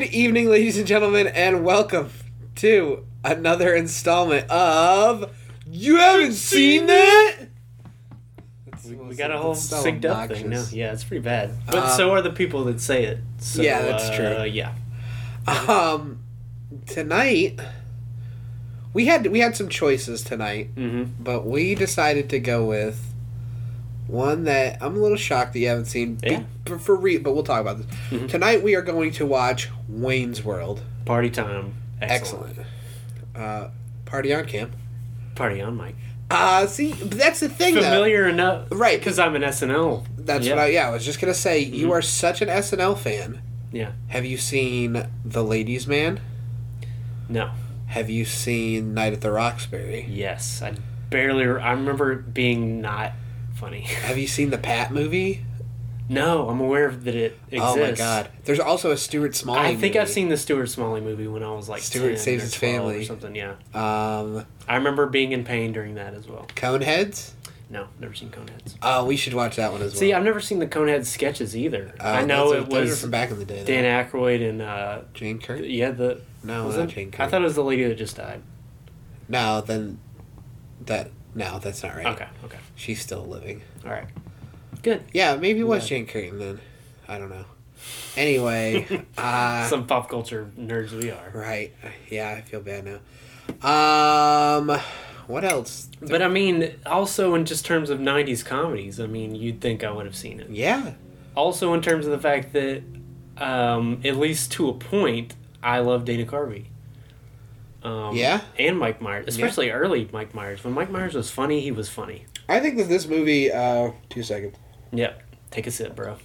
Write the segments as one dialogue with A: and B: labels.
A: ladies and gentlemen, and welcome to another installment of You Haven't Seen That? That's the
B: We, we
A: most-
B: got a whole
A: that's so
B: synced up thing. No,
A: obnoxious. Uh,
B: yeah, it's pretty bad. But so are the people that say it. So,
A: Yeah, that's
B: uh,
A: true.
B: Yeah.
A: Um, tonight we had we had some choices tonight,
B: Mm-hmm.
A: but we decided to go with one that I'm a little shocked that you haven't seen. be-
B: Yeah. Mm-hmm.
A: for- for re- but we'll talk about this tonight. We are going to watch Wayne's World.
B: Party time. Excellent.
A: Excellent. Uh, party on camp.
B: Party on, Mike.
A: Uh, see, but that's the thing
B: Familiar enough.
A: Right.
B: Because I'm an SNL.
A: though. That's
B: yeah. Mm-hmm.
A: what I yeah. I was just gonna say you are such an SNL fan.
B: Yeah.
A: Have you seen The Ladies Man?
B: No.
A: Have you seen Night at the Roxbury?
B: Yes. I barely. Re- I remember it being not funny.
A: Have you seen the Pat movie?
B: no, I'm aware of that it
A: Oh
B: exists.
A: my god! There's also a Stuart Smalley.
B: I think I've
A: movie.
B: seen the Stuart Smalley movie when I was like
A: Stuart
B: 10
A: Saves
B: or
A: His
B: 12
A: Family.
B: or something. Yeah,
A: um,
B: I remember being in pain during that as well.
A: Coneheads.
B: No, never seen Coneheads.
A: Oh, we should watch that one as well.
B: See, I've never seen the Conehead sketches either.
A: Oh,
B: I know
A: those are-
B: it
A: those are
B: was
A: from back in the day.
B: Dan
A: though.
B: Aykroyd and uh,
A: Jane Curtin.
B: yeah the
A: No,
B: was
A: not
B: it-
A: Jane Curtin.
B: I thought it was the lady that just died.
A: No, then that no, that's not right.
B: Okay, okay,
A: She's still living.
B: all right, good.
A: Yeah, maybe it was
B: Yeah.
A: Jane Curtin then. I don't know. Anyway, uh,
B: Some pop culture nerds we are.
A: right? Yeah, I feel bad now. Um, what else?
B: But I mean, also in just terms of '90s comedies, I mean, you'd think I would have seen it.
A: Yeah,
B: Also in terms of the fact that, um, at least to a point, I love Dana Carvey. Um,
A: Yeah.
B: and Mike Myers, especially early Mike Myers. When Mike Myers was funny, he was funny.
A: I think that this movie. Uh, two seconds.
B: Yep. Take a sip, bro.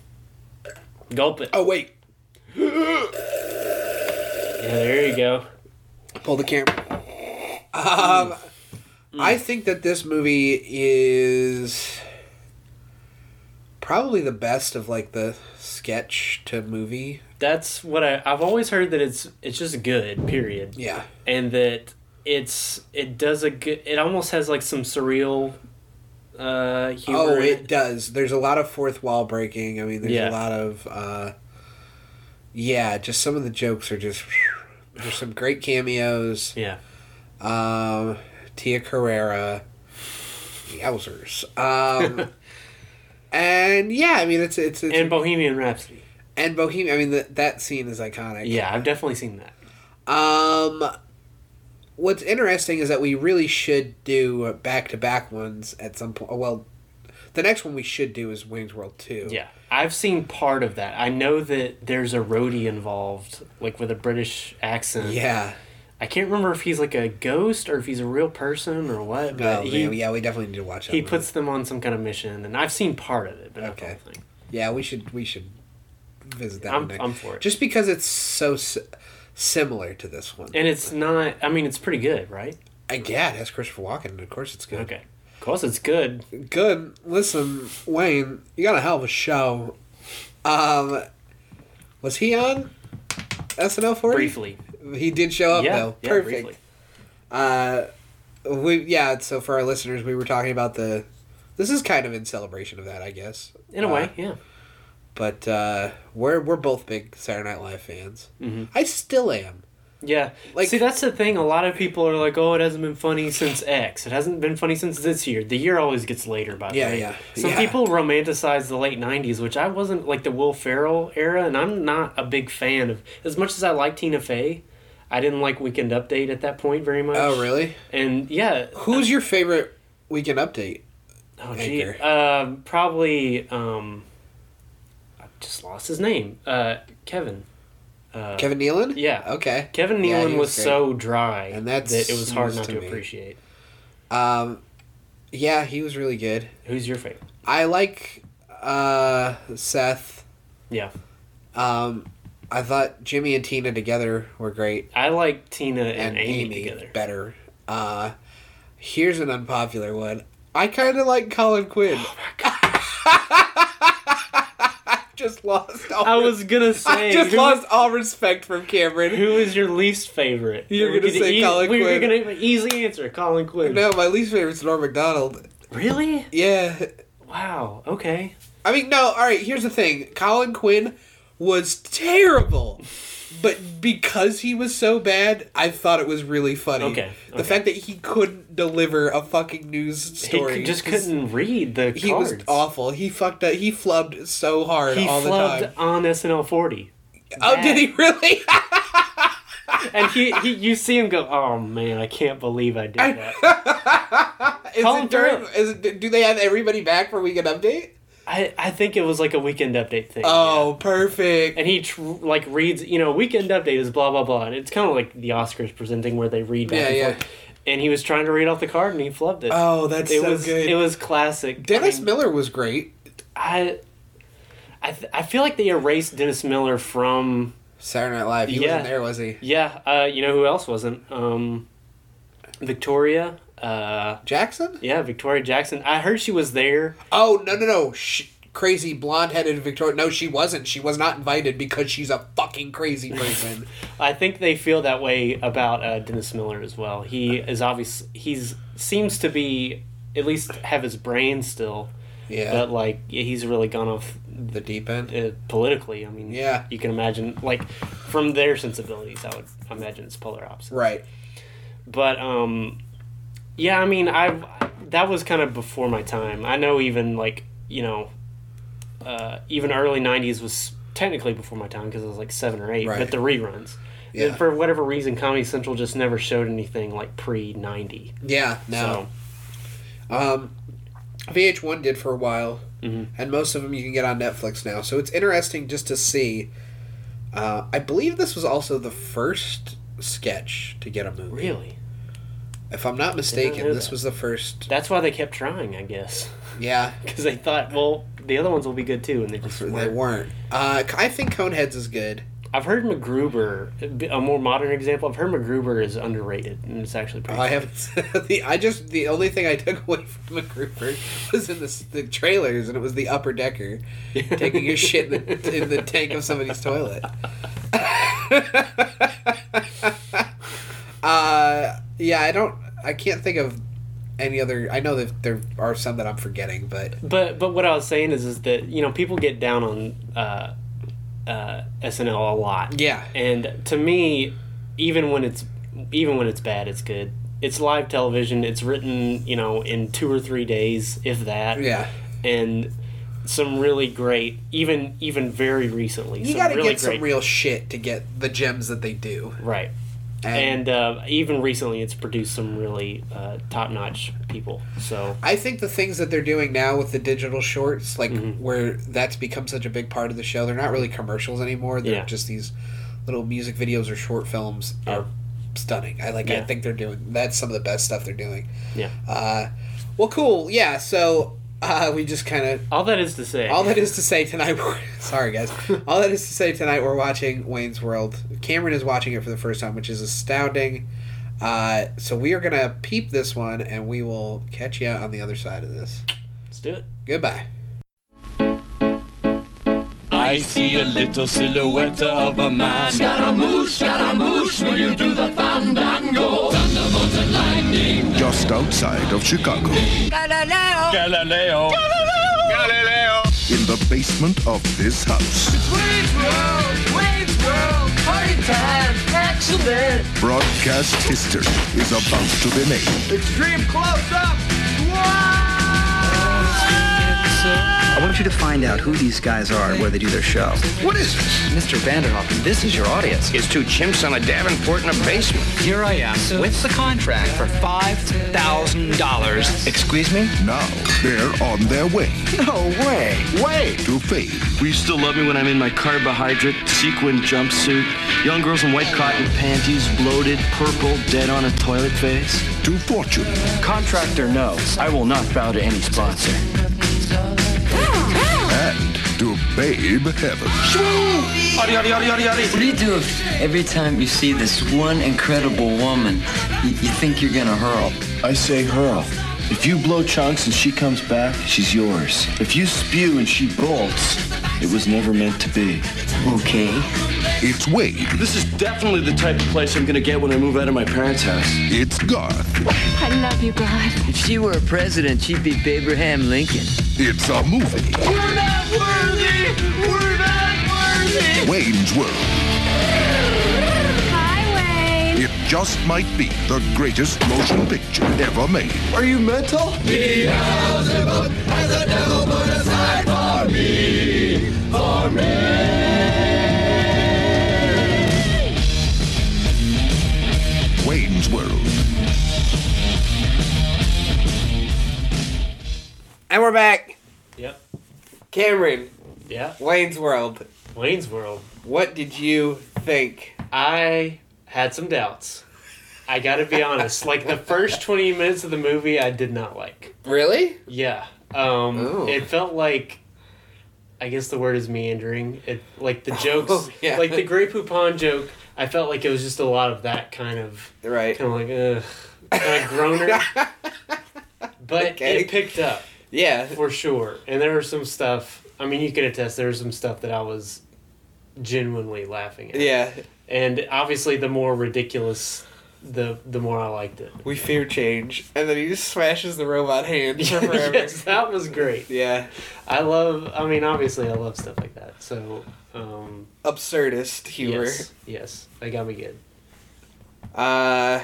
B: Gulp it.
A: Oh wait,
B: Yeah, there you go.
A: Pull the camera. Um,
B: Mm.
A: I think that this movie is probably the best of like the sketch to movie.
B: That's what I I've always heard that it's it's just good, period.
A: Yeah,
B: And that it's it does a good it almost has like some surreal uh humor.
A: Oh,
B: in
A: it does. There's a lot of fourth wall breaking. I mean, there's
B: Yeah.
A: a lot of. Uh, yeah, just some of the jokes are just. There's some great cameos.
B: Yeah.
A: Um, Tia Carrera. Yowzers. Um, and yeah, I mean, it's it's, it's
B: And Bohemian Rhapsody.
A: and Bohemian. I mean, th- that scene is iconic.
B: Yeah, I've definitely seen that.
A: Um, what's interesting is that we really should do back to back ones at some point. Well, the next one we should do is Wayne's World Two.
B: Yeah. I've seen part of that. I know that there's a roadie involved, like with a British accent.
A: Yeah.
B: I can't remember if he's like a ghost or if he's a real person or what,
A: No,
B: but he,
A: Oh, man, yeah, we definitely need to watch that.
B: he
A: one.
B: puts them on some kind of mission, and I've seen part of it, but not the
A: Okay.
B: whole thing.
A: Yeah, we should. We should visit that.
B: I'm-
A: one next.
B: I'm for it.
A: Just because it's so s- similar to this one.
B: And it's not. I mean, it's pretty good, right?
A: I yeah, it has Christopher Walken. Of course, it's good.
B: Okay. Of course, it's good.
A: Good. Listen, Wayne, you got a hell of a show. Um, was he on SNL for you?
B: Briefly.
A: He did show up
B: yeah.
A: though.
B: yeah,
A: Perfect.
B: Briefly.
A: Uh, we yeah. So for our listeners, we were talking about the. This is kind of in celebration of that, I guess.
B: In a
A: Uh,
B: way, yeah.
A: but uh, we're we're both big Saturday Night Live fans.
B: Mhm.
A: I still am.
B: Yeah.
A: like-
B: Like, See, that's the thing. A lot of people are like, oh, it hasn't been funny since X. It hasn't been funny since this year. The year always gets later, by the
A: Yeah,
B: way.
A: yeah,
B: Some
A: yeah.
B: people romanticize the late 90s, which I wasn't like the Will Ferrell era, and I'm not a big fan of. As much as I like Tina Fey, I didn't like Weekend Update at that point very much.
A: Oh really?
B: And yeah.
A: Who's your favorite Weekend Update?
B: Oh, gee.
A: Anchor.
B: Uh, probably. Um, I just lost his name. Uh, Kevin. Uh,
A: Kevin Nealon.
B: yeah.
A: Okay.
B: Kevin
A: Yeah,
B: Nealon
A: he
B: was,
A: was great.
B: so dry
A: And that's
B: that it was hard
A: news
B: not
A: to
B: to,
A: me.
B: appreciate.
A: Um, yeah, he was really good.
B: Who's your favorite?
A: I like uh, Seth.
B: Yeah,
A: Um, I thought Jimmy and Tina together were great,
B: I like Tina
A: and,
B: and, Amy,
A: Amy,
B: together.
A: better. Uh, here's an unpopular one. I kind of like Colin Quinn.
B: Oh
A: I just lost. All
B: I was gonna
A: I
B: say
A: just
B: who,
A: lost all respect from Cameron.
B: who is your least favorite?
A: You're
B: We're e-
A: gonna say Colin
B: we- We're
A: Quinn.
B: gonna have an easy answer, Colin Quinn.
A: No, my least favorite is Norm Macdonald.
B: Really?
A: Yeah,
B: Wow. Okay.
A: I mean, no, all right, here's the thing. Colin Quinn was terrible. but because he was so bad, I thought it was really funny.
B: Okay,
A: The
B: okay.
A: fact that he couldn't deliver a fucking news
B: He
A: story.
B: could- just
A: was-
B: couldn't read the cards.
A: He was awful. He fucked up. He flubbed so hard
B: He
A: all the
B: flubbed
A: time.
B: on SNL 40.
A: Oh, did he really?
B: And he, he, you see him go, oh man, I can't believe I did that.
A: is
B: Call him
A: it during?
B: through.
A: Is it, do they have everybody back for weekend update?
B: I, I think it was like a weekend update thing.
A: Oh, perfect.
B: And he tr- like reads, you know, weekend update is blah blah blah, and it's kind of like the Oscars presenting where they read back
A: Yeah,
B: and
A: yeah.
B: forth. And he was trying to read off the card, and he flubbed it.
A: Oh, that's
B: it
A: so
B: was
A: good.
B: it was classic.
A: Dennis
B: I mean,
A: Miller was great.
B: I, I, th- I feel like they erased Dennis Miller from
A: Saturday Night Live. He
B: Yeah.
A: wasn't there, was he?
B: yeah. Uh, you know who else wasn't? Um, Victoria. Uh,
A: Jackson?
B: yeah, Victoria Jackson. I heard she was there.
A: Oh no no no! Sh crazy blonde-headed Victoria. No, she wasn't. She was not invited because she's a fucking crazy person.
B: I think they feel that way about uh, Dennis Miller as well. He is obvious. He's seems to be at least have his brain still,
A: yeah,
B: but like he's really gone off
A: the deep end.
B: uh, politically. I mean,
A: Yeah.
B: you can imagine like from their sensibilities. I would imagine it's polar opposite.
A: Right.
B: But um, yeah, I mean, I that was kind of before my time. I know even like you know, uh, even early '90s was technically before my time because I was like seven or eight.
A: Right.
B: But the reruns,
A: Yeah.
B: and for whatever reason, Comedy Central just never showed anything like pre '90.
A: Yeah. No.
B: So
A: Um, VH1 did for a while,
B: Mhm.
A: and most of them you can get on Netflix now. So it's interesting just to see. Uh, I believe this was also the first sketch to get a movie.
B: really,
A: If I'm not mistaken,
B: know
A: this
B: that.
A: was the first.
B: that's why they kept trying, I guess,
A: Yeah,
B: because they thought, well, the other ones will be good too, and they just
A: they
B: weren't.
A: weren't. Uh, I think Coneheads is good.
B: I've heard MacGruber, a more modern example. I've heard MacGruber is underrated, and it's actually pretty.
A: I haven't. the I just the only thing I took away from MacGruber was in the, the trailers, and it was the upper decker taking a shit in the, in the tank of somebody's toilet. uh, yeah, I don't. I can't think of any other. I know that there are some that I'm forgetting, but
B: But but what I was saying is is that you know people get down on uh, uh, SNL a lot,
A: yeah,
B: and to me, even when it's even when it's bad, it's good. It's live television. It's written you know in two or three days, if that.
A: yeah.
B: And some really great, even even very recently.
A: You
B: some
A: got to
B: really
A: get some
B: great-
A: real shit to get the gems that they do,
B: right.
A: and
B: And uh, even recently, it's produced some really uh, top notch people. So
A: I think the things that they're doing now with the digital shorts, like
B: Mm-hmm.
A: where that's become such a big part of the show, they're not really commercials anymore. They're
B: Yeah.
A: just these little music videos or short films are stunning. I like. I
B: Yeah.
A: think they're doing that's some of the best stuff they're doing.
B: yeah,
A: Uh, well, cool. Yeah. So uh, we just kind of
B: all that is to say,
A: all that is to say tonight. We're, sorry, guys. All that is to say tonight, we're watching Wayne's World. Cameron is watching it for the first time, which is astounding. Uh, so we are gonna peep this one, and we will catch you on the other side of this.
B: let's do it.
A: Goodbye.
C: I see a little silhouette of a man. Scaramouche, Scaramouche, will you do the fandango? Thunderbolt and lightning.
D: just outside of Chicago,
E: Galileo.
C: Galileo. Galileo. Galileo.
D: in the basement of this house,
E: Wayne's World. Wayne's World. Party time. Excellent.
D: broadcast history is about to be made.
E: Extreme close up.
F: I want you to find out who these guys are and where they do their show.
G: What is this?
F: Mr. Vanderhoff, this is your audience.
G: It's two chimps on a Davenport in a basement.
F: Here I am with the contract for $5,000.
G: Excuse me?
D: Now they're on their way
F: No way.
G: Wait!
D: to fame,
H: Will you still love me when I'm in my carbohydrate sequin jumpsuit? Young girls in white cotton panties, bloated, purple, dead on a toilet face?
D: to fortune,
G: Contract or no, I will not bow to any sponsor.
D: and to babe heaven.
G: Audi, audi, audi, audi, audi.
I: What do you do if every time you see this one incredible woman, you, you think you're gonna hurl?
G: I say hurl. If you blow chunks and she comes back, she's yours. If you spew and she bolts, it was never meant to be.
I: Okay.
D: It's Wade,
H: This is definitely the type of place I'm gonna get when I move out of my parents' house.
D: it's Garth,
J: I love you, God.
I: If she were a president, she'd be Abraham Lincoln.
D: it's a movie. We're not worthy, we're not worthy. Wayne's World. just might be the greatest motion picture ever made.
G: Are you mental?
D: Wayne's World.
A: And we're back.
B: Yep.
A: Cameron,
B: Yeah.
A: Wayne's World.
B: Wayne's World.
A: What did you think?
B: I had some doubts. I gotta be honest. Like the first twenty minutes of the movie, I did not like.
A: Really? Oh.
B: Yeah. Um.
A: Ooh.
B: It felt like. I guess the word is meandering. It like the jokes,
A: Oh, yeah.
B: like the Grey Poupon joke. I felt like it was just a lot of that kind of
A: Right.
B: kind of like ugh, kind of groaner. but
A: Okay.
B: it picked up
A: Yeah.
B: for sure, and there was some stuff. I mean, you can attest there was some stuff that I was genuinely laughing at.
A: Yeah.
B: And obviously, the more ridiculous, the the more I liked it.
A: We fear change. And then he just smashes the robot hand for forever.
B: yes, that was great.
A: Yeah.
B: I love. I mean, obviously, I love stuff like that. So, um,
A: Absurdist humor.
B: yes, yes, that got me good.
A: Uh.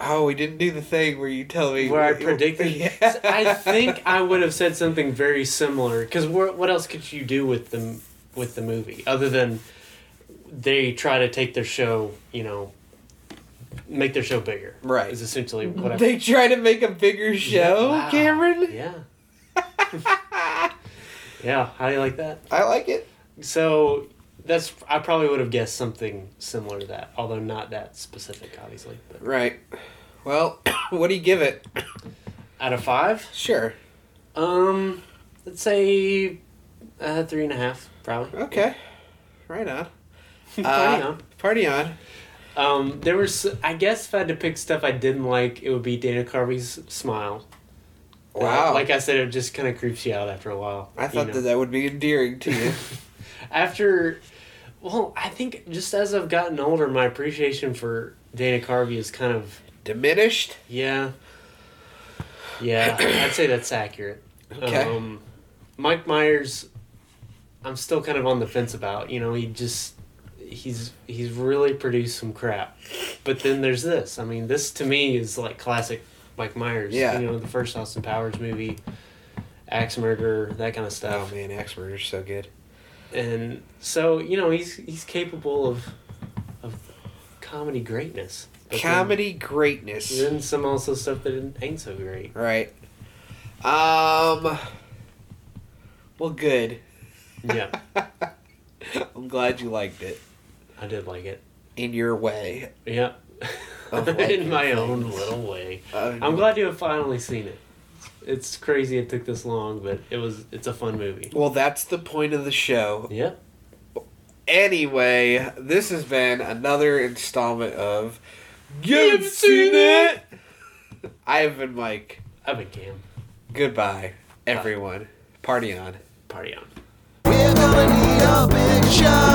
A: Oh, we didn't do the thing where you tell me
B: Where I predicted,
A: Yeah.
B: I think I would have said something very similar. Because what else could you do with them with the movie other than they try to take their show, you know, make their show bigger?
A: Right.
B: is essentially what I.
A: they try to make a bigger show,
B: Wow.
A: Cameron.
B: Yeah. yeah. How do you like that?
A: I like it.
B: So that's I probably would have guessed something similar to that, although not that specific, obviously. But
A: Right. Well, what do you give it?
B: out of five,
A: Sure.
B: um, let's say uh, three and a half, probably.
A: Okay. Right on.
B: Probably
A: Uh,
B: not.
A: Party on.
B: Um, there was I guess if I had to pick stuff I didn't like, it would be Dana Carvey's smile. Uh,
A: Wow.
B: like I said, it just kind of creeps you out after a while.
A: I
B: you
A: thought
B: know.
A: that that would be endearing to you.
B: after well i think just as i've gotten older my appreciation for dana carvey is kind of
A: Diminished.
B: yeah yeah i'd say that's accurate
A: Okay.
B: um, mike myers i'm still kind of on the fence about you know he just he's he's really produced some crap but then there's this i mean this to me is like classic mike myers
A: Yeah.
B: you know the first austin powers movie axe murder that kind of
A: Oh
B: stuff
A: man, Axe Murder's so good.
B: and so you know he's he's capable of of comedy greatness. But then-
A: Comedy greatness.
B: Then, some also stuff that ain't so great.
A: Right. Um. Well, good.
B: Yeah,
A: I'm glad you liked it
B: I did like it.
A: in your way.
B: Yeah,
A: Of liking
B: in my own little way.
A: Um,
B: I'm glad you have finally seen it. It's crazy it took this long, but it was it's a fun movie.
A: Well, that's the point of the show.
B: Yeah,
A: Anyway, this has been another installment of. You haven't seen it. I have been Mike.
B: I've been Cam.
A: Goodbye, everyone. Party on.
B: Party on.
E: We're gonna need a big shot.